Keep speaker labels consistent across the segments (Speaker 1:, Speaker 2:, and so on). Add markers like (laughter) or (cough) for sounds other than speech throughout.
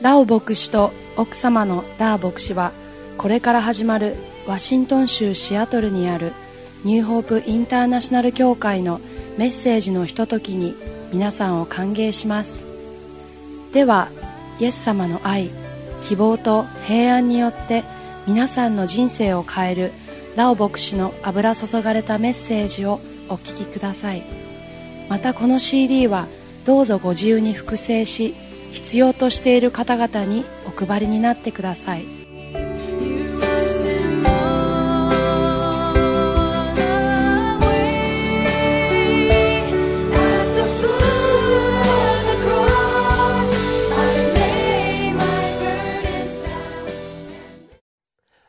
Speaker 1: ラオ牧師と奥様のダー牧師はこれから始まるワシントン州シアトルにあるニューホープインターナショナル協会のメッセージのひとときに皆さんを歓迎しますではイエス様の愛希望と平安によって皆さんの人生を変えるラオ牧師の油注がれたメッセージをお聞きくださいまたこの CD はどうぞご自由に複製し必要としている方々にお配りになってください
Speaker 2: You wash them all away at the foot of the cross. I lay my burdens down.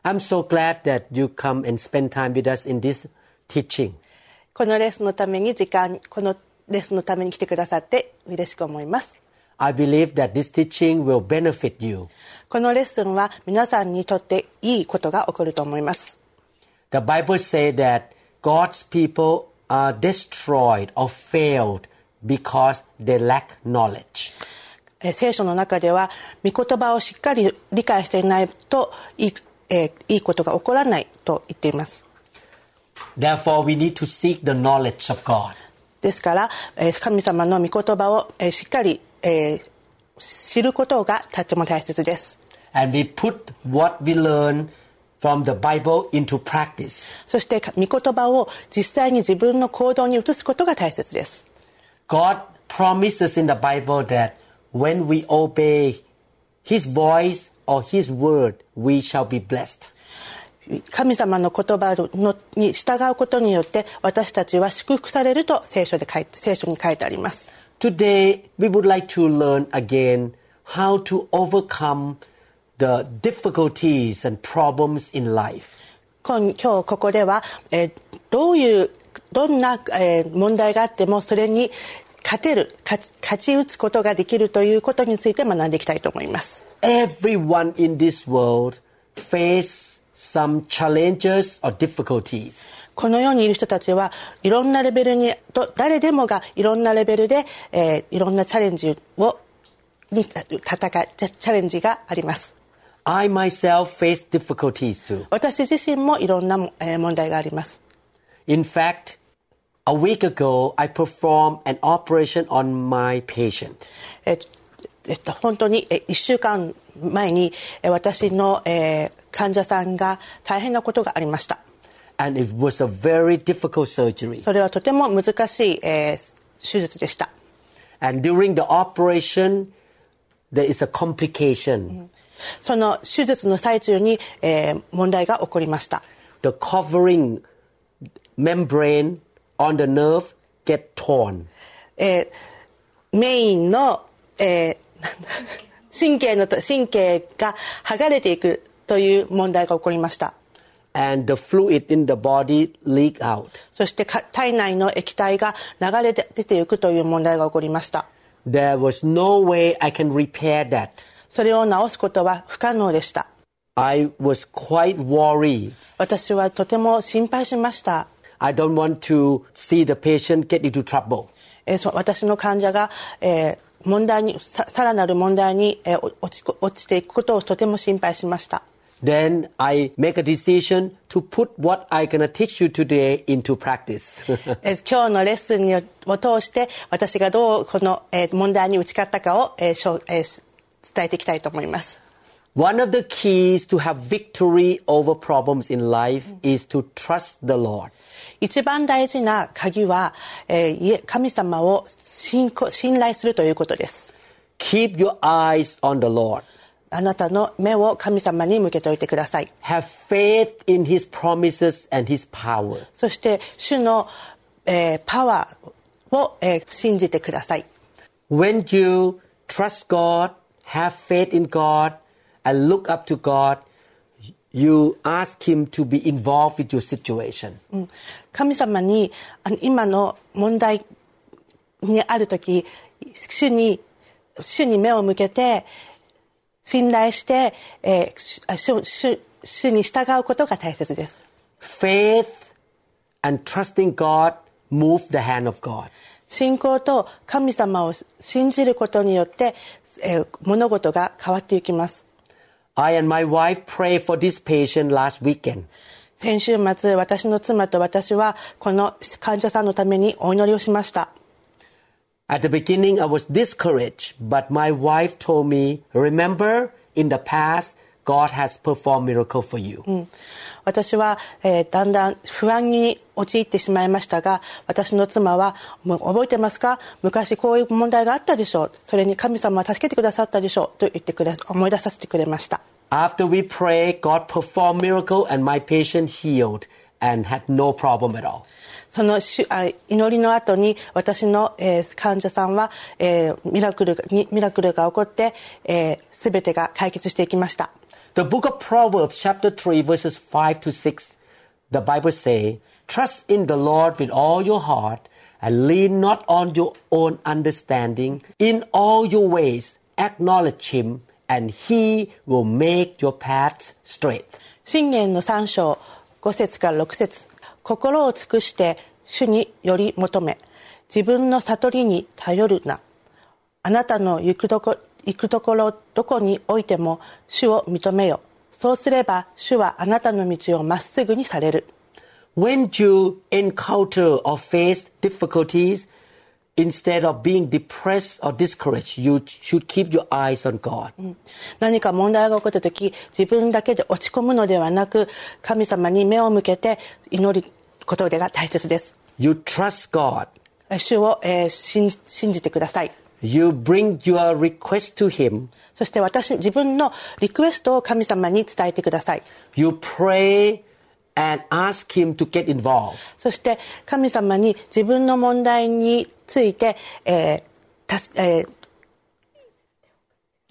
Speaker 3: I'm so glad that you come and spend time with us in this teaching.
Speaker 4: このレッスンのために時間にこのレッスンのために来てくださって嬉しく思います
Speaker 3: I believe that this teaching will benefit you.
Speaker 4: このレッスンは皆さんにとっていいことが起こると思います
Speaker 3: The Bible says that God's people are destroyed or failed because they lack knowledge.
Speaker 4: えー聖書の中では御言葉をしっかり理解していないといい,、えーいいことが起こらないと言っています
Speaker 3: Therefore, we need to seek the knowledge of God.
Speaker 4: ですから、えー神様の御言葉を、えーしっかり、えー知ることがとても大切です
Speaker 3: And we put what we learn from the Bible into practice.
Speaker 4: そしてか御言葉を実際に自分の行動に移すことが大切です
Speaker 3: God promises in the Bible that when we obey His voice or His word, we shall be blessed.
Speaker 4: 神様の言葉のに従うことによって私たちは祝福されると聖書で書いて聖書に書いてあります
Speaker 3: Today, we would like to learn again how to overcome the difficulties and problems in life.
Speaker 4: 今今日ここでは、えーどういうどんな、えー問題があってもそれに勝てる勝ち勝ち打つことができるということについて学んでいきたいと思います
Speaker 3: Everyone in this world face some challenges or difficulties.
Speaker 4: この世にいる人たちはいろんなレベルにど誰でもがいろんなレベルで、えーいろんなチャレンジをに戦いチャチャレンジがあります
Speaker 3: I myself face difficulties too.
Speaker 4: 私自身もいろんなも、えー問題があります
Speaker 3: In fact, a week ago, I performed an operation on my patient.
Speaker 4: えっとえっと、本当にえ1週間前にえ私の、えー患者さんが大変なことがありました
Speaker 3: And it was a very difficult surgery.
Speaker 4: それはとても難しい、えー手術でした
Speaker 3: And during the operation, there is a complication.
Speaker 4: その手術の最中に、えー問題が起こりました
Speaker 3: the covering membrane on the nerve get torn
Speaker 4: えーメインの、えー (laughs) 神経のと神経が剥がれていくという問題が起こりました
Speaker 3: and the fluid in the body leak out
Speaker 4: そしてか体内の液体が流れて出ていくという問題が起こりました
Speaker 3: there was no way i can repair that
Speaker 4: それを治すことは不可能でした
Speaker 3: i was quite worried
Speaker 4: 私はとても心配しました、
Speaker 3: i don't want to see the patient get into trouble
Speaker 4: えーそ私の患者が、えー問題にささらなる問題に、えーお落ちこ落ちていくことをとても心配しました
Speaker 3: then i make a decision to put what i'm going to teach you today into practice (laughs)
Speaker 4: えー今日のレッスンにを通して私がどうこの、えー問題に打ち勝ったかを、えーしょうえーし伝えていきたいと思います
Speaker 3: one of the keys to have victory over problems in life is to trust the lord
Speaker 4: 一番大事な鍵は、えーいえ神様を信仰信頼するということです
Speaker 3: keep your eyes on the lord
Speaker 4: あなたの目を神様に向けておいてください
Speaker 3: Have faith in his promises and his power.
Speaker 4: そして主の、えーパワーを、えー信じてください
Speaker 3: When you trust God, have faith in God, and look up to God, you ask him to be involved with your situation.
Speaker 4: 神様にあの今の問題にある時主に主に目を向けて信頼して、えー主あ主主主に従うことが大切です
Speaker 3: Faith and trusting God move the hand of God.
Speaker 4: 信仰と神様を信じることによって、えー物事が変わっていきます。
Speaker 3: I and my wife prayed for this patient last weekend.
Speaker 4: 先週末、私の妻と私はこの患者さんのためにお祈りをしました。
Speaker 3: At the beginning, I was discouraged, but my wife told me, Remember, in the past, God has performed miracle for you.
Speaker 4: Mm. 私は、えーだんだん不安に陥ってしまいましたが私の妻は「もう覚えてますか昔こういう問題があったでしょうそれに神様は助けてくださったでしょう」と言ってくれ思い出させてくれました
Speaker 3: After we prayed, God performed miracle and my patient healed and had no problem at all.
Speaker 4: その主あ祈りの後に私の、えー患者さんは、えーミラクルがにミラクルが起こって、えー全てが解決していきました
Speaker 3: The book of Proverbs chapter 3 verses 5 to 6, the Bible say, Trust in the Lord with all your heart and lean not on your own understanding. In all your ways, acknowledge him and he will make your paths straight.
Speaker 4: 信玄の3章5節から6節心を尽くして主により求め自分の悟りに頼るなあなたの行くどこ行くところどこにおいても主を認めよそうすれば主はあなたの道をまっすぐにされる
Speaker 3: When you encounter or face difficulties, instead of being depressed or discouraged, you should keep your eyes on God.
Speaker 4: 何か問題が起こった時自分だけで落ち込むのではなく神様に目を向けて祈ることが大切です
Speaker 3: You trust God.
Speaker 4: 主を、えー信じ信じてください
Speaker 3: You bring your request to Him.
Speaker 4: そして私、自分のリクエストを神様に伝えてください。
Speaker 3: You pray and ask Him to get involved.
Speaker 4: そして神様に自分の問題について、えーたすえー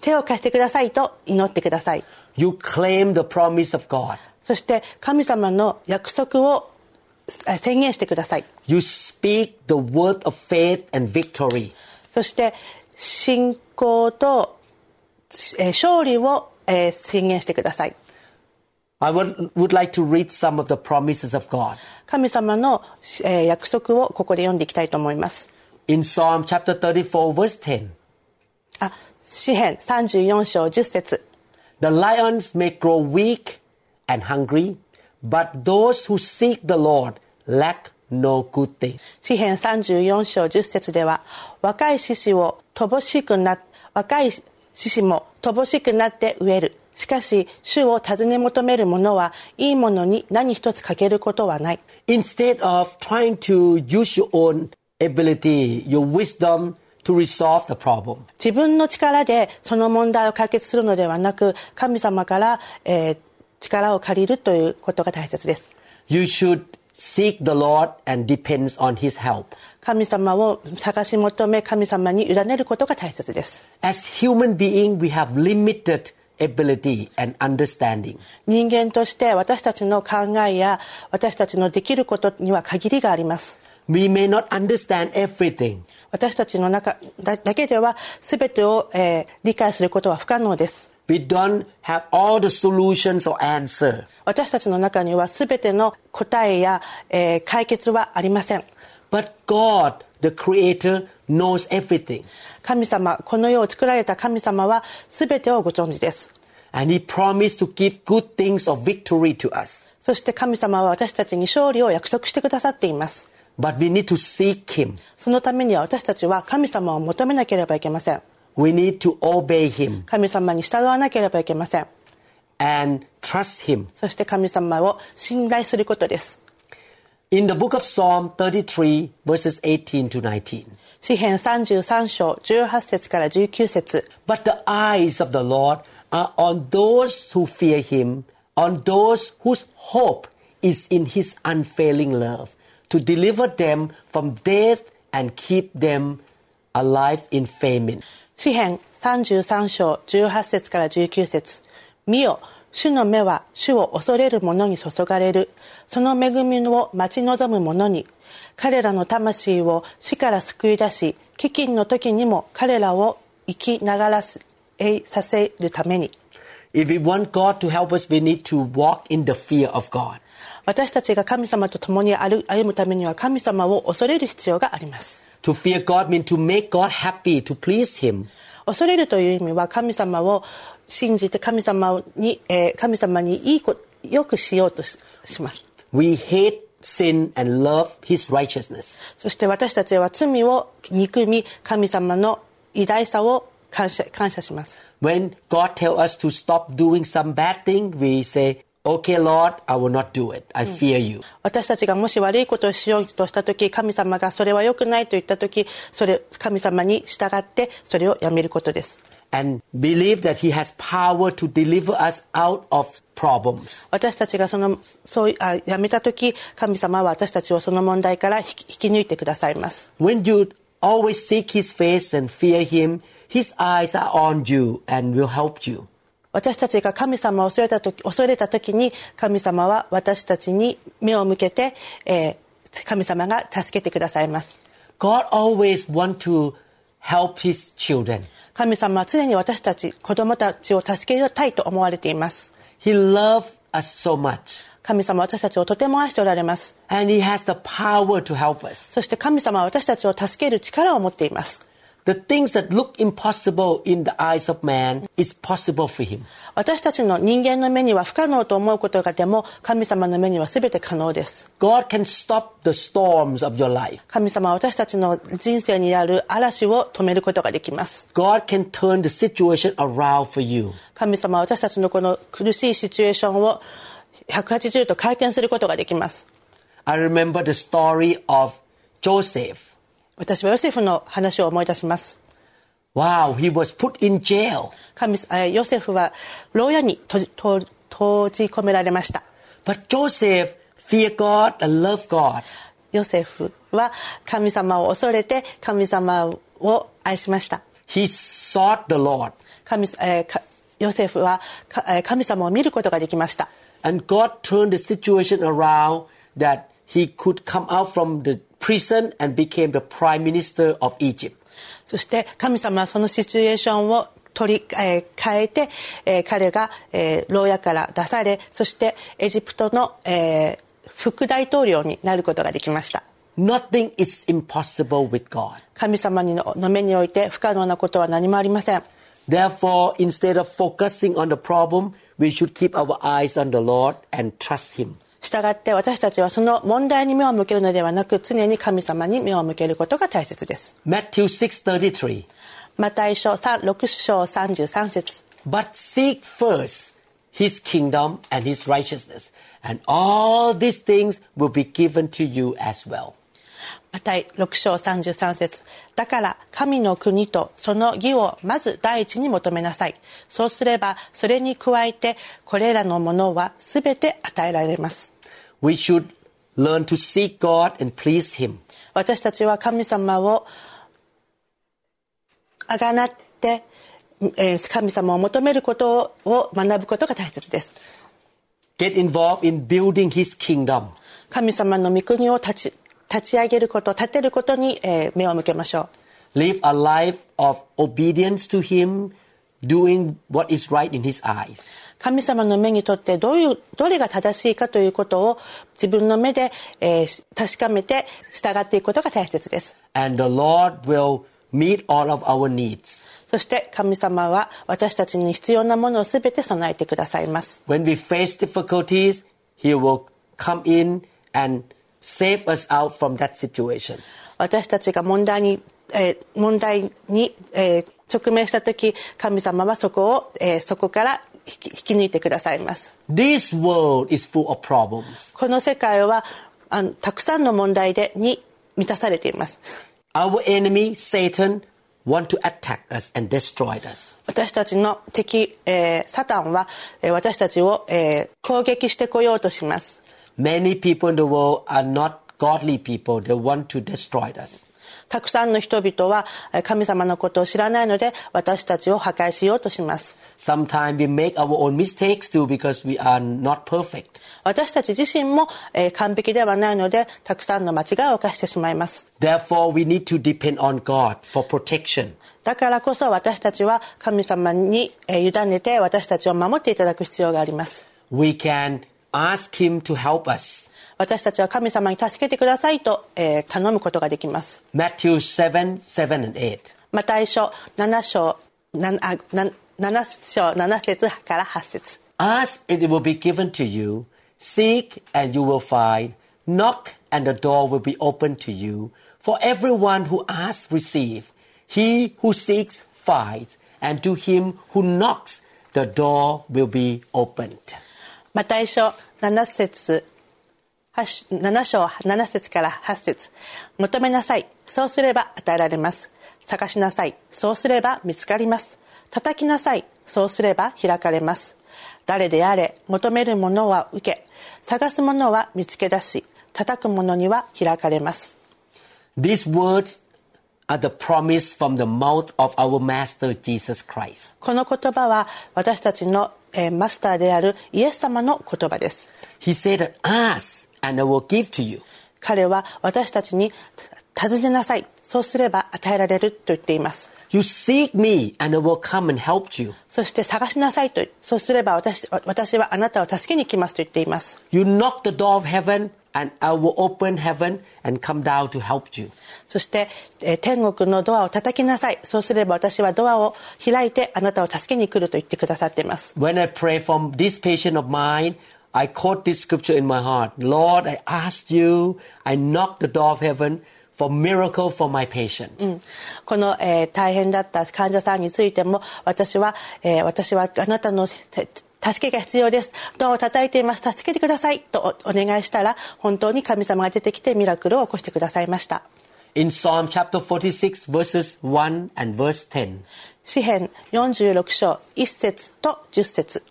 Speaker 4: 手を貸してくださいと祈ってください。
Speaker 3: You claim the promise of God.
Speaker 4: そして神様の約束をえー宣言してください。
Speaker 3: You speak the word of faith and victory.
Speaker 4: そして信仰と、えー勝利を、えー宣言してください。
Speaker 3: I would, would like to read some of the promises of God.
Speaker 4: 神様の、えー約束をここで読んでいきたいと思います。
Speaker 3: In Psalm chapter 34, verse 10,
Speaker 4: あ、詩編34章10節
Speaker 3: the lions may grow weak and hungry, but those who seek the Lord lack no good thing.
Speaker 4: 詩編34章10節では若い獅子を乏しくな若い獅子も乏しくなって飢えるしかし主を尋ね求める者はいいものに何一つ欠けることはない
Speaker 3: Instead of trying to use your own ability, your wisdom to resolve the problem,
Speaker 4: 自分の力でその問題を解決するのではなく神様から、えー力を借りるということが大切です
Speaker 3: you should seek the Lord and depend on His help.
Speaker 4: 神様を探し求め神様に委ねることが大切です
Speaker 3: As human beings, we have limited ability and understanding.
Speaker 4: 人間として私たちの考えや私たちのできることには限りがあります
Speaker 3: We may not understand everything,
Speaker 4: 私たちの中だだけでは全てを、えー理解することは不可能です
Speaker 3: we don't have all the solutions or answer,
Speaker 4: 私たちの中には全ての答えや、えー解決はありません
Speaker 3: but God, the Creator, knows everything.
Speaker 4: 神様この世を作られた神様は全てをご存知です
Speaker 3: And He promised to give good things of victory to us.
Speaker 4: そして神様は私たちに勝利を約束してくださっています
Speaker 3: But we need to seek Him.
Speaker 4: そのためには私たちは神様を求めなければいけません
Speaker 3: We need to obey Him
Speaker 4: 神様に従わなければいけません
Speaker 3: and trust Him.
Speaker 4: そして神様を信頼することです
Speaker 3: In the book of Psalm 33, verses 18 to 19.
Speaker 4: 詩編33章18節から19節
Speaker 3: But the eyes of the Lord are on those who fear Him, on those whose hope is in His unfailing love, to deliver them from death and keep them alive in famine.
Speaker 4: 詩編33章18節から19節見よ主の目は主を恐れる者に注がれるその恵みを待ち望む者に彼らの魂を死から救い出し飢饉の時にも彼らを生きながらえさせるために
Speaker 3: If we want God to help us, we need to walk in the fear of God.
Speaker 4: 私たちが神様と共に歩歩むためには神様を恐れる必要があります
Speaker 3: To fear God means to make God happy, to please Him.
Speaker 4: 恐れるという意味は神様を信じて神様に、えー神様にいいこよくしようとしします
Speaker 3: We hate sin and love His righteousness.
Speaker 4: そして私たちは罪を憎み神様の偉大さを感謝感謝します
Speaker 3: When God tells us to stop doing some bad thing, we say, Okay, Lord, I will not do it. I fear you.
Speaker 4: 私たちがもし悪いことをしようとした時神様がそれは良くないと言った時それ神様に従ってそれをやめることです
Speaker 3: And believe that He has power to deliver us out of problems.
Speaker 4: 私たちがそのそういあやめた時神様は私たちをその問題から引き引き抜いてくださいます
Speaker 3: When you always seek His face and fear Him, His eyes are on you and will help you.
Speaker 4: 私たちが神様を恐れた時恐れた時に神様は私たちに目を向けて、えー神様が助けてくださいます
Speaker 3: God always want to help His children.
Speaker 4: 神様は常に私たち子供たちを助けたいと思われています
Speaker 3: He loves us so much.
Speaker 4: 神様は私たちをとても愛しておられます
Speaker 3: And He has the power to help us.
Speaker 4: そして神様は私たちを助ける力を持っています
Speaker 3: The things that look impossible in the eyes of man is possible for Him.
Speaker 4: 私たちの人間の目には不可能と思うことがでも神様の目には全て可能です
Speaker 3: God can stop the storms of your life.
Speaker 4: 神様は私たちの人生にある嵐を止めることができます
Speaker 3: God can turn the situation around for you.
Speaker 4: 神様は私たちのこの苦しいシチュエーションを180度回転することができます
Speaker 3: I remember the story of Joseph.
Speaker 4: 私はヨセフの話を思い出します
Speaker 3: Wow, he was put in jail,
Speaker 4: 神えーヨセフは牢屋に閉じ閉じ閉じ込められました
Speaker 3: but Joseph feared God and loved God.
Speaker 4: ヨセフは神様を恐れて神様を愛しました
Speaker 3: He sought the Lord,
Speaker 4: 神、えーかヨセフはかえー神様を見ることができました
Speaker 3: and God turned the situation around that he could come out from the prison and became the prime minister of Egypt.
Speaker 4: そして神様はそのシチュエーションを取り、えー変えて、えー彼が、えー牢屋から出されそしてエジプトの、えー副大統領になることができました
Speaker 3: Nothing is impossible with God.
Speaker 4: 神様にのの目において不可能なことは何もありません
Speaker 3: Therefore, instead of focusing on the problem, we should keep our eyes on the Lord and trust Him.
Speaker 4: したがって私たちはその問題に目を向けるのではなく常に神様に目を向けることが大切です
Speaker 3: Matthew 6:33.
Speaker 4: また一章6章33節
Speaker 3: But seek first His kingdom and His righteousness, and all these things will be given to you as well.
Speaker 4: マタイ6章33節だから神の国とその義をまず第一に求めなさいそうすればそれに加えてこれらのものは全て与えられます
Speaker 3: We should learn to seek God and please Him.
Speaker 4: 私たちは神様をあがなってえー神様を求めることを学ぶことが大切です
Speaker 3: Get involved in building His kingdom.
Speaker 4: 神様の御国を立ち立ち上げること立てることにえー目を向けましょう
Speaker 3: Live a life of obedience to Him, doing what is right in His eyes.
Speaker 4: 神様の目にとってどういうどれが正しいかということを自分の目で、えー確かめて従っていくことが大切です
Speaker 3: and the Lord will meet all of our needs.
Speaker 4: そして神様は私たちに必要なものを全て備えてくださいます
Speaker 3: When we face difficulties, He will come in and save us out from that situation.
Speaker 4: 私たちが問題に、えー問題に、えー直面した時神様はそこを、えーそこから引き引き抜いてくださいます
Speaker 3: This world is full of problems.
Speaker 4: この世界はあのたくさんの問題でに満たされています
Speaker 3: Our enemy, Satan, want to attack us and destroy us.
Speaker 4: 私たちの敵、えーサタンは、えー私たちを、えー攻撃してこようとします
Speaker 3: Many people in the world are not godly people. They want to destroy us.
Speaker 4: たくさんの人々はえー神様のことを知らないので私たちを破壊しようとします
Speaker 3: Sometimes we make our own mistakes too because we are not perfect.
Speaker 4: 私たち自身も、えー完璧ではないのでたくさんの間違いを犯してしまいます
Speaker 3: Therefore, we need to depend on God for protection.
Speaker 4: だからこそ私たちは神様に、えー委ねて私たちを守っていただく必要があります
Speaker 3: we can ask Him to help us.
Speaker 4: 私たちは神様に助けてくださいと、えー頼むことができます
Speaker 3: Matthew 7, 7 and 8.
Speaker 4: また一緒7章7あな7章7節から8節
Speaker 3: Ask and it will be given to you. Seek and you will find. Knock and the door will be opened to you. For everyone who asks receives. He who seeks finds. And to him who knocks, the door will be opened.
Speaker 4: また一緒7節八7章7節から8節求めなさいそうすれば与えられます探しなさいそうすれば見つかります叩きなさいそうすれば開かれます誰であれ求めるものは受け探すものは見つけ出し叩くものには開かれます
Speaker 3: These words are the promise from the mouth of our Master Jesus Christ.
Speaker 4: この言葉は私たちのえーマスターであるイエス様の言葉です
Speaker 3: He said, that, Ask and I will give to you.
Speaker 4: 彼は私たちに尋ねなさいそうすれば与えられると言っています
Speaker 3: You seek me and I will come and help you.
Speaker 4: そして探しなさいとそうすれば私私はあなたを助けに来ますと言っています
Speaker 3: You knock the door of heaven, and I will open heaven and come down to help you.
Speaker 4: そして、えー天国のドアを叩きなさいそうすれば私はドアを開いてあなたを助けに来ると言ってくださっています
Speaker 3: When I pray from this patient of mine, I quote this scripture in my heart. Lord, I ask you, I knock the door of heaven for miracle for my patient.
Speaker 4: Mm. この、えー大変だった患者さんについても私は、えー私はあなたのて助けが必要ですドアを叩いています助けてくださいとおお願いしたら本当に神様が出てきてミラクルを起こしてくださいました
Speaker 3: In Psalm chapter 46, verses 1 and verse 10,
Speaker 4: 詩編46章1節と10節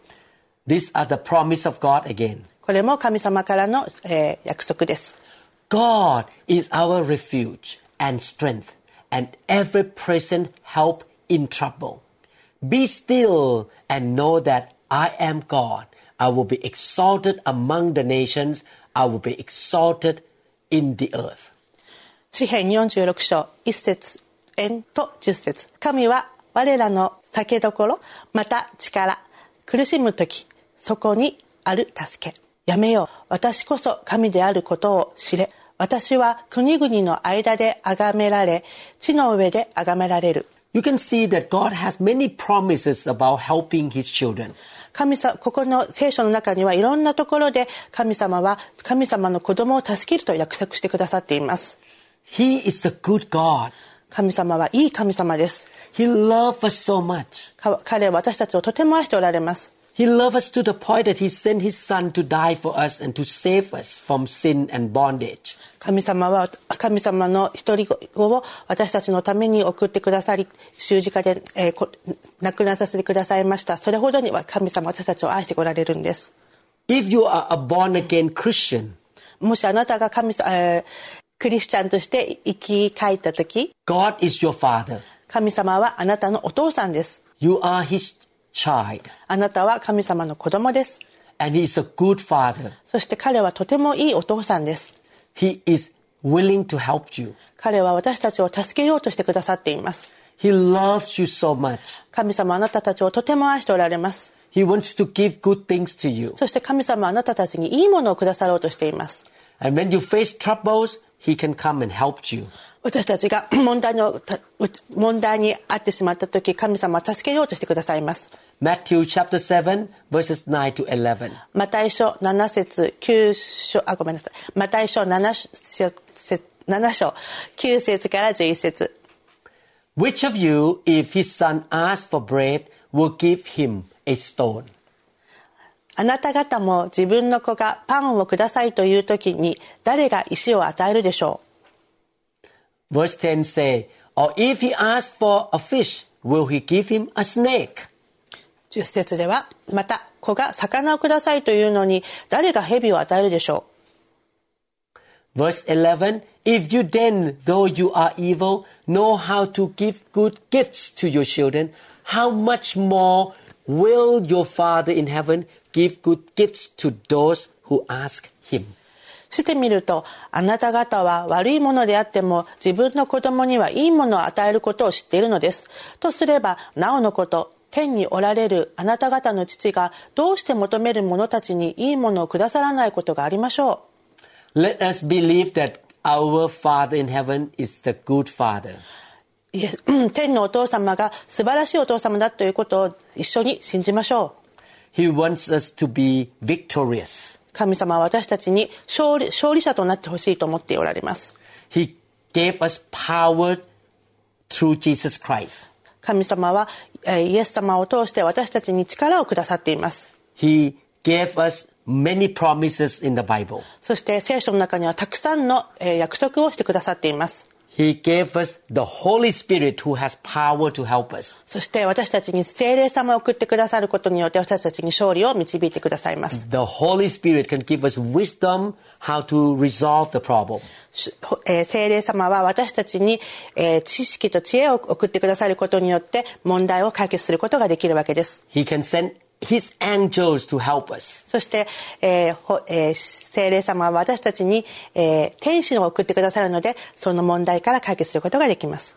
Speaker 3: these are the promise of God again.
Speaker 4: これも神様からの、えー約束です
Speaker 3: God is our refuge and strength and ever present help in trouble. Be still and know that I am God. I will be exalted among the nations. I will be exalted in the earth.
Speaker 4: 詩編46章1節円と10節神は我らの酒どころまた力苦しむ時そこにある助けやめよう私こそ神であることを知れ私は国々の間で崇められ地の上で崇められる
Speaker 3: You can see that God has many promises about helping his children.
Speaker 4: 神様ここの聖書の中にはいろんなところで神様は神様の子供を助けると約束してくださっています
Speaker 3: He is the good God.
Speaker 4: 神様はいい神様です
Speaker 3: He loves us so much.
Speaker 4: か彼は私たちをとても愛しておられます
Speaker 3: He loved us to the point that He sent His Son to die for us and to save us from sin and bondage.
Speaker 4: 神様は神様の一人子を私たちのために送ってくださり十字架で、えーこ亡くならさせてくださいましたそれほどには神様は私たちを愛してこられるんです
Speaker 3: If you are a born again Christian,
Speaker 4: もしあなたが神様、えークリスチャンとして生き返った時
Speaker 3: God is your Father.
Speaker 4: 神様はあなたのお父さんです
Speaker 3: You are His child,
Speaker 4: あなたは神様の子供です
Speaker 3: and He is a good Father.
Speaker 4: そして彼はとてもいいお父さんです
Speaker 3: He is willing to help you.
Speaker 4: 彼は私たちを助けようとしてくださっています
Speaker 3: He loves you so much.
Speaker 4: 神様はあなたたちをとても愛しておられます
Speaker 3: He wants to give good things to you.
Speaker 4: そして神様はあなたたちにいいものをくださろうとしています
Speaker 3: And when you face troubles, He can come and help you.
Speaker 4: 私たちが (clears throat) 問題のた問題に遭ってしまった時神様は助けようとしてくださいます
Speaker 3: Matthew chapter 7, verses 9 to 11.
Speaker 4: マタイ書7節9章あごめんなさいマタイ書7章7章9節から11節
Speaker 3: Which of you, if his son asks for bread, will give him a stone?
Speaker 4: あなた方も自分の子がパンをくださいという時に誰が石を与えるでしょ
Speaker 3: Verse 10 say, Or if he asks for a fish, will he give him a snake?
Speaker 4: う10節ではまた子が魚をくださいというのに誰が蛇を与えるでしょう
Speaker 3: Verse 11, If you then, though you are evil, know how to give good gifts to your children, how much more will your Father in heaven give good gifts to those who ask him?
Speaker 4: してみるとあなた方は悪いものであっても自分の子供にはいいものを与えることを知っているのですとすればなおのこと天におられるあなた方の父がどうして求める者たちにいいものをくださらないことがありましょう
Speaker 3: Let us believe that our Father in heaven is the good Father.
Speaker 4: イエス天のお父様が素晴らしいお父様だということを一緒に信じましょ
Speaker 3: He wants us to be victorious.
Speaker 4: う神様は私たちに勝利勝利者となってほしいと思っておられます
Speaker 3: He gave us power through Jesus Christ.
Speaker 4: 神様はえーイエス様を通して私たちに力をくださっています
Speaker 3: He gave us many promises in the Bible.
Speaker 4: そして聖書の中にはたくさんのえー約束をしてくださっています
Speaker 3: He gave us the Holy Spirit who has power to help us.
Speaker 4: そして私たちに聖霊様を送ってくださることによって私たちに勝利を導いてくださいます、
Speaker 3: The Holy Spirit can give us wisdom how to resolve the problem.
Speaker 4: しほえー聖霊様は私たちに、えー知識と知恵を送ってくださることによって問題を解決することができるわけです
Speaker 3: He can send his angels to help us.
Speaker 4: そして、えーほえー聖霊様は私たちに、えー天使を送ってくださるのでその問題から解決することができます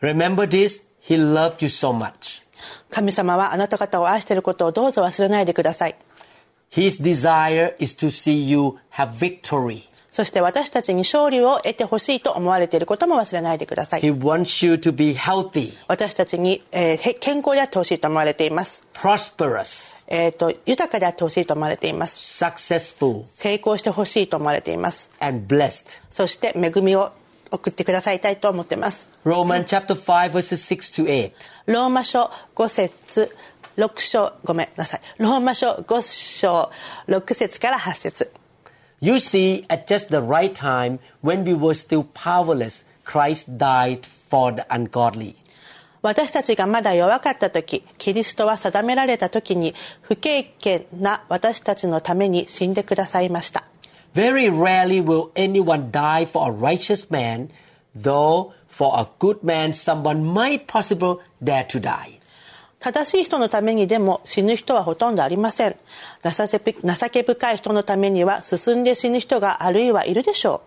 Speaker 3: Remember this, he loved you so much.
Speaker 4: 神様はあなた方を愛していることをどうぞ忘れないでください
Speaker 3: His desire is to see you have victory.
Speaker 4: そして私たちに勝利を得てほしいと思われていることも忘れないでください
Speaker 3: He wants you to be healthy,
Speaker 4: 私たちに、えーへ健康であってほしいと思われています、
Speaker 3: prosperous,
Speaker 4: えー、と豊かであってほしいと思われています
Speaker 3: successful,
Speaker 4: 成功してほしいと思われています
Speaker 3: and blessed.
Speaker 4: そして恵みを送ってくださいたいと思ってます
Speaker 3: Romans chapter 5 verses 6 to 8.
Speaker 4: ローマ書5節6章ごめんなさいローマ書5章6節から8節
Speaker 3: You see, at just the right time, when we were still powerless, Christ died for the ungodly.
Speaker 4: 私たちがまだ弱かった時キリストは定められた時に不経験な私たちのために死んでくださいました
Speaker 3: Very rarely will anyone die for a righteous man, though for a good man, someone might possibly dare to die.
Speaker 4: 正しい人のためにでも死ぬ人はほとんどありません情せぶ情け深い人のためには進んで死ぬ人があるいはいるでしょ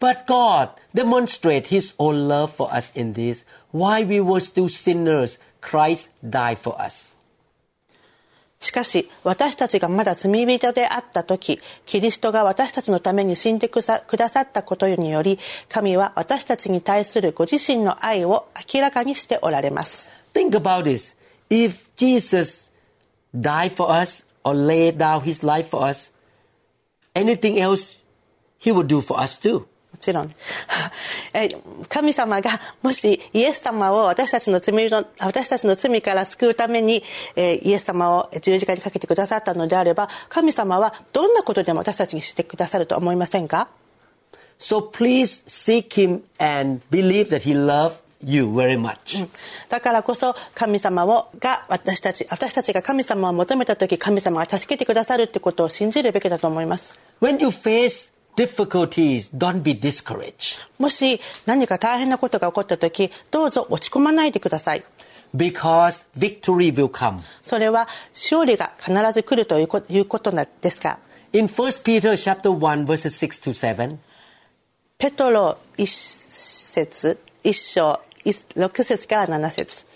Speaker 3: But God demonstrated His own love for us in this. While we were still sinners, Christ died for us.
Speaker 4: うしかし私たちがまだ罪人であった時キリストが私たちのために死んでくさくださったことにより神は私たちに対するご自身の愛を明らかにしておられます
Speaker 3: Think about this. If Jesus died for us or laid down His life for us, anything else He would do for us too.
Speaker 4: もちろん (laughs) え神様がもしイエス様を私たちの罪の私たちの罪から救うためにえイエス様を十字架にかけてくださったのであれば神様はどんなことでも私たちにしてくださると思いませんか
Speaker 3: So please seek Him and believe that He loved you very much.
Speaker 4: Mm. だからこそ神様をが私たち私たちが神様を求めた時神様が助けてくださるってことを信じるべきだと思います
Speaker 3: When you face difficulties, don't be discouraged
Speaker 4: もし何か大変なことが起こった時どうぞ落ち込まないでください
Speaker 3: because victory will come.
Speaker 4: それは勝利が必ず来るというこいうことなんですか
Speaker 3: In 1 Peter chapter 1 verses 6 to 7,
Speaker 4: ペトロ一節一章一六節から七節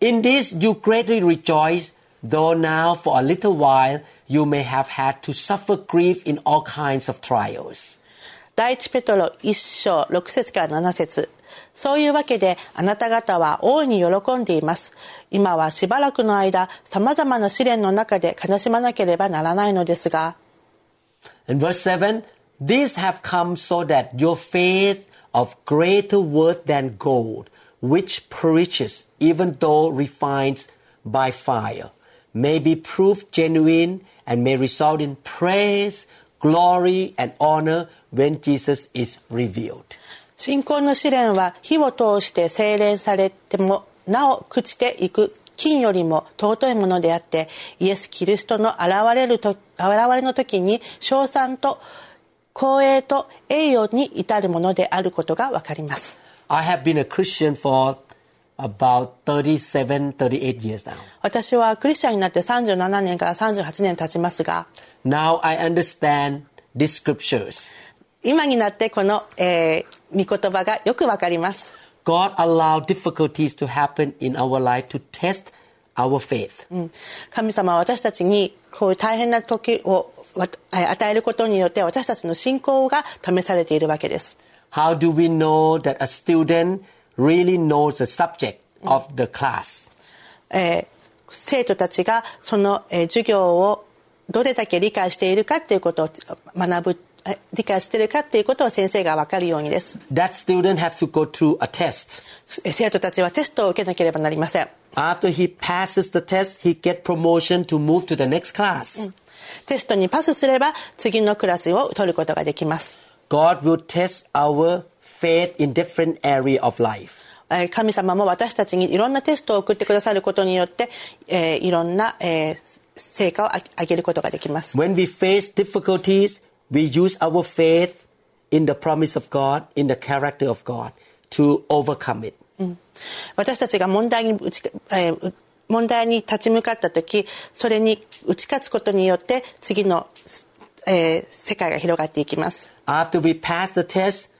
Speaker 3: In this you greatly rejoice, though now for a little while you may have had to suffer grief in all kinds of trials.
Speaker 4: 第一ペトロ一章六節から七節そういうわけであなた方は大いに喜んでいます今はしばらくの間さまざまな試練の中で悲しまなければならないのですが
Speaker 3: And verse 7, these have come so that your faith of greater worth than gold, which perishes even though refined by fire, may be proved genuine and may result in praise, glory, and honor when Jesus is revealed.
Speaker 4: 信仰の試練は火を通して精錬されてもなお朽ちていく金よりも尊いものであってイエス・キリストの現れると現れの時に称賛と光栄と栄誉に至るものであることがわかります
Speaker 3: I have been a Christian for about 37, 38 years now.
Speaker 4: 私はクリスチャンになって37年から38年経ちますが
Speaker 3: Now I understand these scriptures.
Speaker 4: 今になってこの、えー御言葉がよくわかります
Speaker 3: God allowed difficulties to happen in our life to test our faith.
Speaker 4: 神様は私たちにこういう大変な時をわえ与えることによって私たちの信仰が試されているわけです。
Speaker 3: How do we know that a student really knows the subject of the class?
Speaker 4: えー生徒たちがその、えー授業をどれだけ理解しているかっていうことを学ぶえ理解しているかっていうことを先生が分かるようにです。
Speaker 3: That student has to go through a test.
Speaker 4: えー生徒たちはテストを受けなければなりません。
Speaker 3: After he passes the test, he get promotion to move to the next class.
Speaker 4: テストにパスすれば次のクラスを取ることができます。
Speaker 3: God will test our faith in different area of life.
Speaker 4: えー神様も私たちにいろんなテストを送ってくださることによって、えーいろんな、えー成果をあ上げることができます。
Speaker 3: When we face difficulties, we use our faith in the promise of God, in the character of God to overcome it.
Speaker 4: 私たちが問題に打ち、えーう問題に立ち向かった時それに打ち勝つことによって次の、えー世界が広がっていきます
Speaker 3: After we pass the test,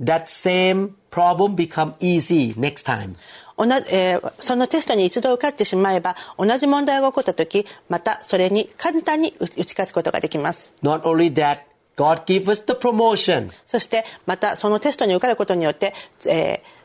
Speaker 3: that same problem become easy next time.
Speaker 4: 同じ、えーそのテストに一度受かってしまえば同じ問題が起こった時またそれに簡単に打ち勝つことができます
Speaker 3: Not only that, God give us the promotion.
Speaker 4: そしてまたそのテストに受かることによって、えー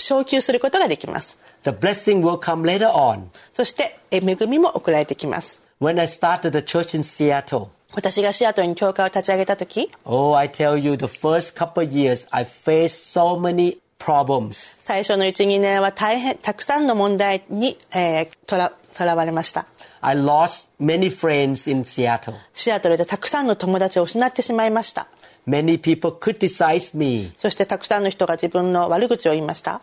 Speaker 4: 昇級することができます
Speaker 3: The blessing will come later on.
Speaker 4: そして、えー恵みも送られてきます
Speaker 3: When I started the church in Seattle,
Speaker 4: 私がシアトルに教会を立ち上げた時
Speaker 3: oh, I tell you, the first couple of years, I faced so many problems.
Speaker 4: 最初の12年は大変たくさんの問題に、えーとらとらわれました
Speaker 3: I lost many friends in Seattle.
Speaker 4: シアトルでたくさんの友達を失ってしまいました
Speaker 3: Many people criticized me.
Speaker 4: そしてたくさんの人が自分の悪口を言いました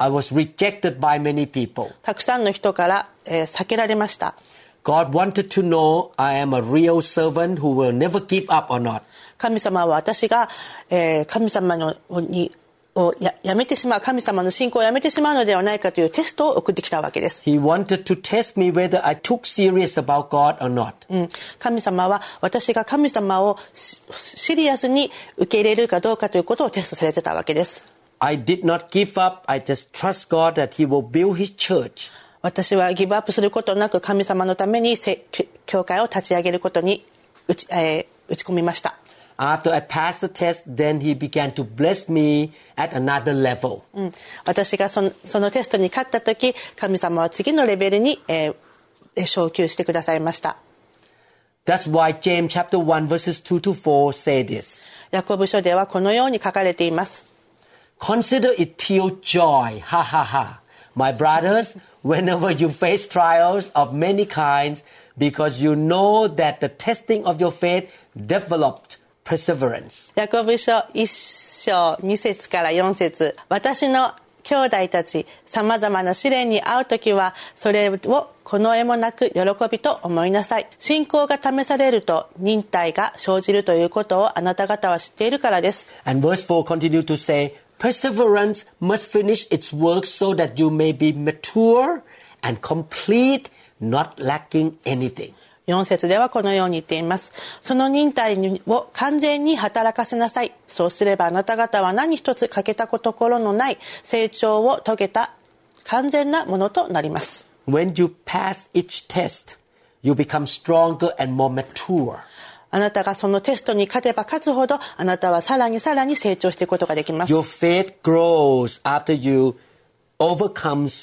Speaker 3: I was rejected by many people.
Speaker 4: たくさんの人から、えー避けられました
Speaker 3: God wanted to know I am a real servant who will never give up or not.
Speaker 4: 神様は私が、えー神様のにをややめてしまう神様の信仰をやめてしまうのではないかというテストを送ってきたわけです
Speaker 3: He wanted to test me whether I took serious about God or not.
Speaker 4: うん神様は私が神様をしシリアスに受け入れるかどうかということをテストされてたわけです
Speaker 3: I did not give up. I just trust God that He will build His church.
Speaker 4: 私はギブアップすることなく神様のためにせ教会を立ち上げることに打ち,、えー打ち込みました
Speaker 3: After I passed the test, then He began to bless me at another level.
Speaker 4: うん私がそのそのテストに勝った時神様は次のレベルに、えーえー昇級してくださいました
Speaker 3: That's why James chapter 1 verses 2 to 4 say this.
Speaker 4: ヤコブ書ではこのように書かれています
Speaker 3: Consider it pure joy, ha ha ha, my brothers, whenever you face trials of many kinds, because you know that the testing of your faith developed perseverance.
Speaker 4: ヤコブ書1章2節から4節私の兄弟たちさまざまな試練に遭う時はそれをこのえもなく喜びと思いなさい信仰が試されると忍耐が生じるということをあなた方は知っているからです
Speaker 3: And verse 4 continue to say, Perseverance must finish its work so that you may be mature and complete, not lacking anything.
Speaker 4: 4節ではこのように言っていますその忍耐を完全に働かせなさいそうすればあなた方は何一つ欠けたところのない成長を遂げた完全なものとなります
Speaker 3: When you pass each test, you become stronger and more mature.
Speaker 4: あなたがそのテストに勝てば勝つほどあなたはさらにさらに成長していくことができます
Speaker 3: Your faith grows after you overcomes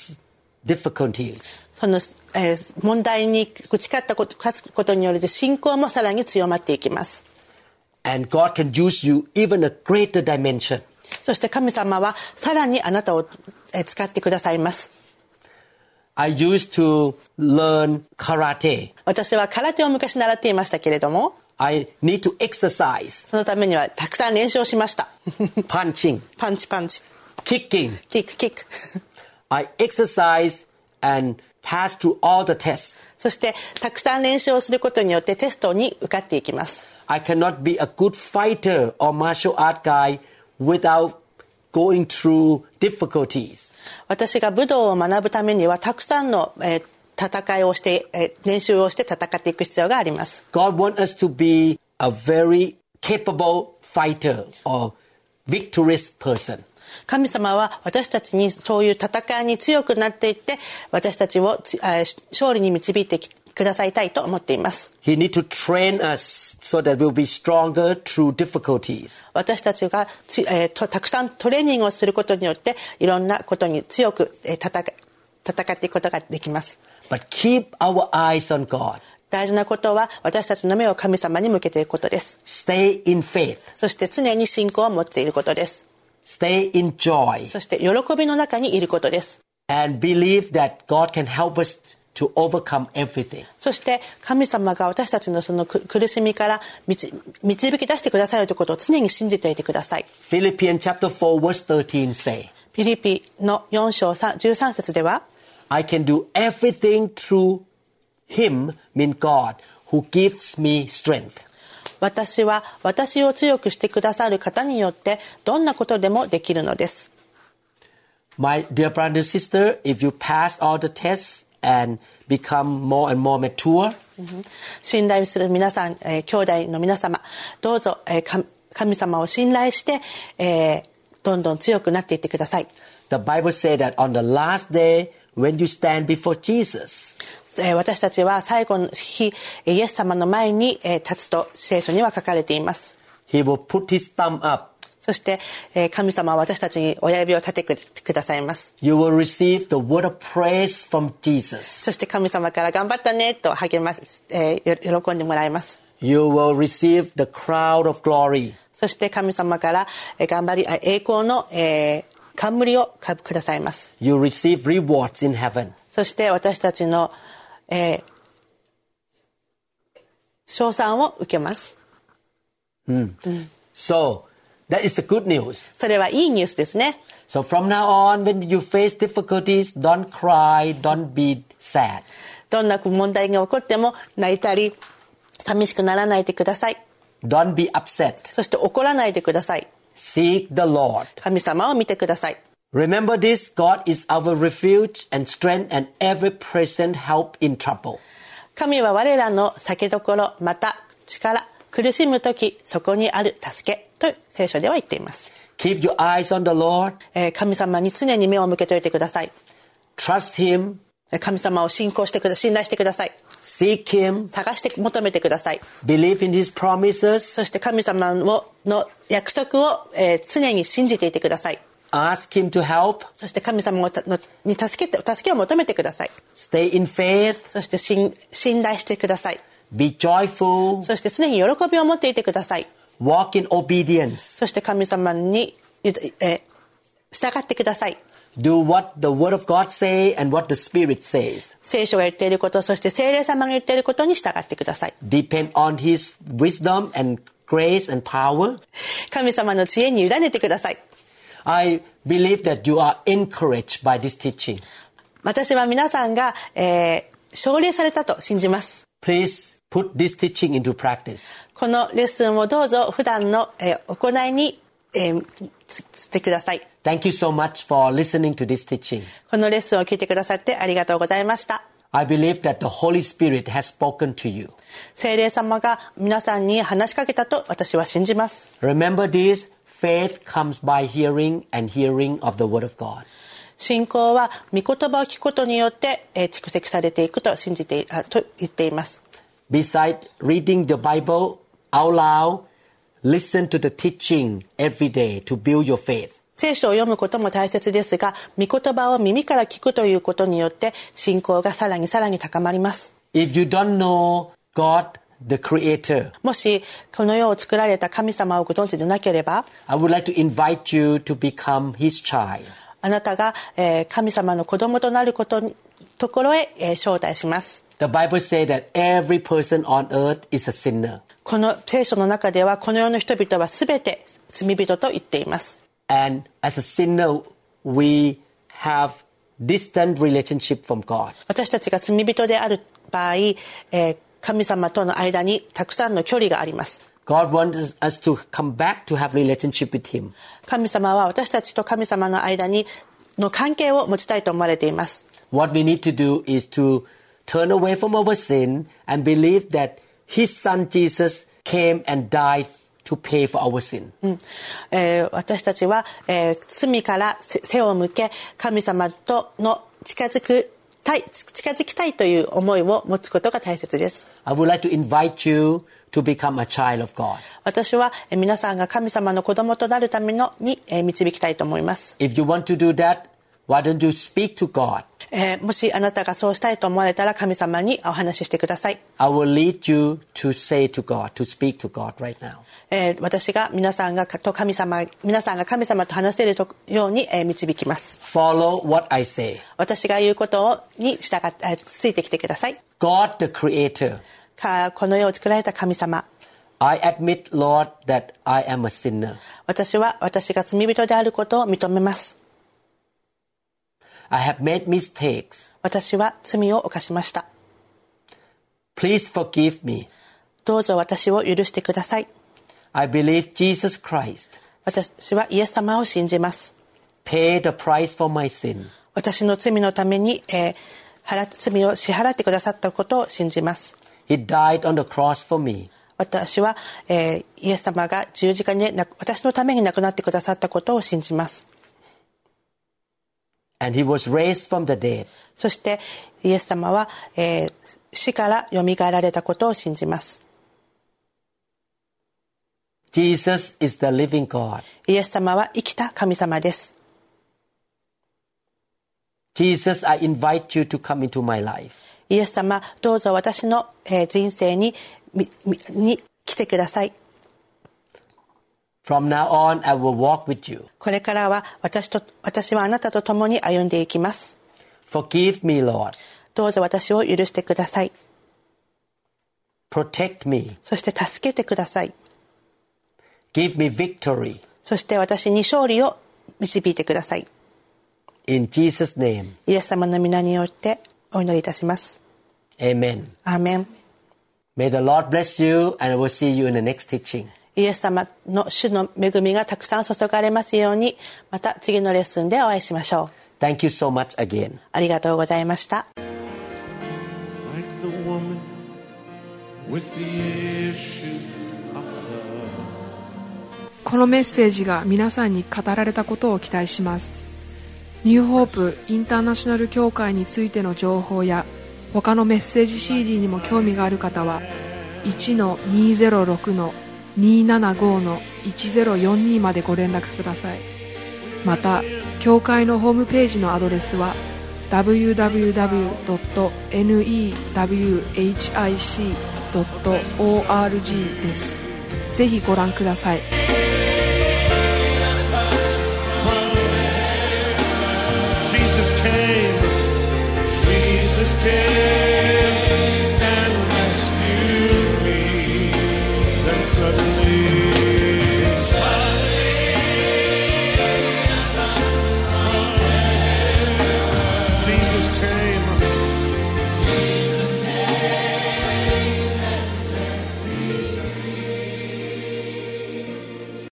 Speaker 3: difficulties.
Speaker 4: その、えー問題に打ち勝ったこと勝つことによって信仰もさらに強まっていきます
Speaker 3: And God can use you even a greater dimension.
Speaker 4: そして神様はさらにあなたを、えー使ってくださいます
Speaker 3: I used to learn karate.
Speaker 4: 私は空手を昔習っていましたけれども
Speaker 3: I need to exercise (laughs)
Speaker 4: そのためにはたくさん練習をしました
Speaker 3: punching,
Speaker 4: パンチパンチ
Speaker 3: kicking.
Speaker 4: キックキック
Speaker 3: I exercise and pass through all the tests.
Speaker 4: そしてたくさん練習をすることによってテストに受かっていきます
Speaker 3: I cannot be a good fighter or martial art guy without going through difficulties.
Speaker 4: 私が武道を学ぶためにはたくさんの、えー戦いをして、えー練習をして戦っていく必要があります
Speaker 3: God wants us to be a very capable fighter or victorious person.
Speaker 4: 神様は私たちにそういう戦いに強くなっていって私たちをつえー勝利に導いてきくださいたいと思っています
Speaker 3: He needs to train us so that we'll be stronger through difficulties.
Speaker 4: 私たちがつ、えーとたくさんトレーニングをすることによっていろんなことに強く、えー戦戦っていくことができます
Speaker 3: But keep our eyes on God.
Speaker 4: 大事なことは私たちの目を神様に向けていくことです
Speaker 3: Stay in faith.
Speaker 4: そして常に信仰を持っていることです
Speaker 3: Stay in joy.
Speaker 4: そして喜びの中にいることです
Speaker 3: And believe that God can help us to overcome everything.
Speaker 4: そして神様が私たちのその苦苦しみから導導き出してくださるということを常に信じていてください
Speaker 3: Philippians chapter 4 verse 13 say,
Speaker 4: フィリピの4章3 13節では
Speaker 3: I can do everything through him, mean God, who gives me strength.
Speaker 4: 私は私を強くしてくださる方によってどんなことでもできるのです
Speaker 3: My dear brother and sister, if you pass all the tests and become more and more mature,
Speaker 4: 信頼する皆さん、えー兄弟の皆様どうぞ、えーか神様を信頼して、えーどんどん強くなっていってください、
Speaker 3: the Bible says that on the last day, when you stand before Jesus,
Speaker 4: えー私たちは最後の日イエス様の前に、えー立つと聖書には書かれています
Speaker 3: he will put his thumb up.
Speaker 4: そして、えー神様は私たちに親指を立ててくださいます。
Speaker 3: You will receive the word of praise from Jesus.
Speaker 4: そして神様から頑張ったねと励ます、えーよ喜んでもらいます。
Speaker 3: You will receive the crown of glory.
Speaker 4: そして神様から、えー頑張り、あ栄光の、えー冠をかくださいます。
Speaker 3: You receive rewards in heaven.
Speaker 4: そして私たちの、えー賞賛を受けます。
Speaker 3: So that is the good news.
Speaker 4: それはいいニュースですね。
Speaker 3: So from now on, when you face difficulties, don't cry, don't be sad.
Speaker 4: どんな問題が起こっても泣いたり、寂しくならないでください。
Speaker 3: Don't be upset.
Speaker 4: そして怒らないでください。
Speaker 3: Seek the Lord.
Speaker 4: 神様を見てください。
Speaker 3: Remember this God is our refuge and strength and every present help in trouble.
Speaker 4: 神は我らの酒どころまた力苦しむ時そこにある助けと聖書では言っています、
Speaker 3: Keep your eyes on the Lord,
Speaker 4: えー神様に常に目を向けておいてください
Speaker 3: trust Him,
Speaker 4: えー神様を信仰してくだ信頼してください
Speaker 3: seek Him,
Speaker 4: 探して求めてください
Speaker 3: believe in His
Speaker 4: そ
Speaker 3: promises,
Speaker 4: して神様をの約束を、えー常に信じていてください
Speaker 3: ask Him to help,
Speaker 4: そして神様をたのに助けて助けを求めてください
Speaker 3: stay in faith,
Speaker 4: そして信信頼してください
Speaker 3: be joyful,
Speaker 4: そして常に喜びを持っていてください
Speaker 3: walk in obedience,
Speaker 4: そして神様に、えー従ってください
Speaker 3: do what the Word of God say and what the Spirit says.
Speaker 4: 聖書が言っていることそして聖霊様が言っていることに従ってください
Speaker 3: Depend on His wisdom and grace and power.
Speaker 4: 神様の知恵に委ねてください
Speaker 3: I believe that you are encouraged by this teaching.
Speaker 4: 私は皆さんが、えー、奨励されたと信じます
Speaker 3: Please put this teaching into practice.
Speaker 4: このレッスンをどうぞ普段の、えー行いに、えーつしてください
Speaker 3: Thank you so much for listening to this teaching.
Speaker 4: このレッスンを聞いてくださってありがとうございました
Speaker 3: I believe that the Holy Spirit has spoken to you.
Speaker 4: 聖霊様が皆さんに話しかけたと私は信じます
Speaker 3: Remember this faith comes by hearing, and hearing of the Word of God.
Speaker 4: 信仰は御言葉を聞くことによって、えー蓄積されていくと信じていあと言っています
Speaker 3: Besides reading the Bible out loud, listen to the teaching every day to build your faith.
Speaker 4: 聖書を読むことも大切ですが御言葉を耳から聞くということによって信仰がさらにさらに高まります
Speaker 3: If you don't know God, the Creator,
Speaker 4: もしこの世を作られた神様をご存知でなければ
Speaker 3: I would like to invite you to become His child.
Speaker 4: あなたが、えー神様の子供となることにところへ、えー招待します
Speaker 3: The Bible says that every person on earth is a sinner.
Speaker 4: この聖書の中ではこの世の人々は全て罪人と言っています
Speaker 3: And as a sinner, we have distant relationship from God.
Speaker 4: 私たちが罪人である場合、えー神様との間にたくさんの距離があります
Speaker 3: God wants us to come back to have relationship with Him.
Speaker 4: 神様は私たちと神様の間にの関係を持ちたいと思われています
Speaker 3: What we need to do is to turn away from our sin and believe that His Son Jesus came and died to pay for our sin.
Speaker 4: えー私たちは、えー罪からせ背を向け神様との近づくたい近づきたいという思いを持つことが大切です
Speaker 3: I would like to invite you to become a child of God.
Speaker 4: 私はえー皆さんが神様の子供となるためのにえー導きたいと思います、
Speaker 3: If you want to do that, why don't you speak to God?
Speaker 4: えーもしあなたがそうしたいと思われたら神様にお話ししてください、
Speaker 3: I will lead you to say to God, to speak to God right now.
Speaker 4: えー私が皆さんがかと神様皆さんが神様と話せるとようにえー導きます
Speaker 3: Follow what I say.
Speaker 4: 私が言うことをに従ってえーついてきてください
Speaker 3: God the Creator.
Speaker 4: かこの世を作られた神様
Speaker 3: I admit, Lord, that I am a sinner.
Speaker 4: 私は私が罪人であることを認めます。
Speaker 3: I have made mistakes.
Speaker 4: 私は罪を犯しました。
Speaker 3: Please forgive me.
Speaker 4: どうぞ私を許してください。
Speaker 3: I believe Jesus Christ
Speaker 4: 私はイエス様を信じます。
Speaker 3: paid the price for my sin.
Speaker 4: 私の罪のために、えー払罪を支払ってくださったことを信じます。
Speaker 3: He died on the cross for me.
Speaker 4: 私は、えーイエス様が十字架にな私のために亡くなってくださったことを信じます。
Speaker 3: And he was raised from the dead.
Speaker 4: そしてイエス様は、えー死から蘇られたことを信じます。
Speaker 3: Jesus is the living God.
Speaker 4: イエス様は生きた神様です。
Speaker 3: Jesus, I invite you to come into my life.
Speaker 4: イエス様どうぞ私のえー人生にみみに来てください
Speaker 3: From now on, I will walk with you.
Speaker 4: これからは私と私はあなたと共に歩んでいきます
Speaker 3: Forgive me, Lord.
Speaker 4: どうぞ私を許してください
Speaker 3: Protect me.
Speaker 4: そして助けてください
Speaker 3: Give me victory.
Speaker 4: そして私に勝利を導いてください
Speaker 3: In Jesus' name,
Speaker 4: イエス様の皆によってお祈りいたします
Speaker 3: amen.
Speaker 4: アーメン
Speaker 3: May the Lord bless you, and I will see you in the next teaching.
Speaker 4: イエス様の主の恵みがたくさん注がれますようにまた次のレッスンでお会いしましょう
Speaker 3: Thank you so much again.
Speaker 4: ありがとうございました
Speaker 5: like the woman with the issue of love.
Speaker 6: このメッセージが皆さんに語られたことを期待しますニューホープインターナショナル協会についての情報や他のメッセージ CD にも興味がある方は1-206-275-1042までご連絡くださいまた協会のホームページのアドレスは www.newhic.org ですぜひご覧ください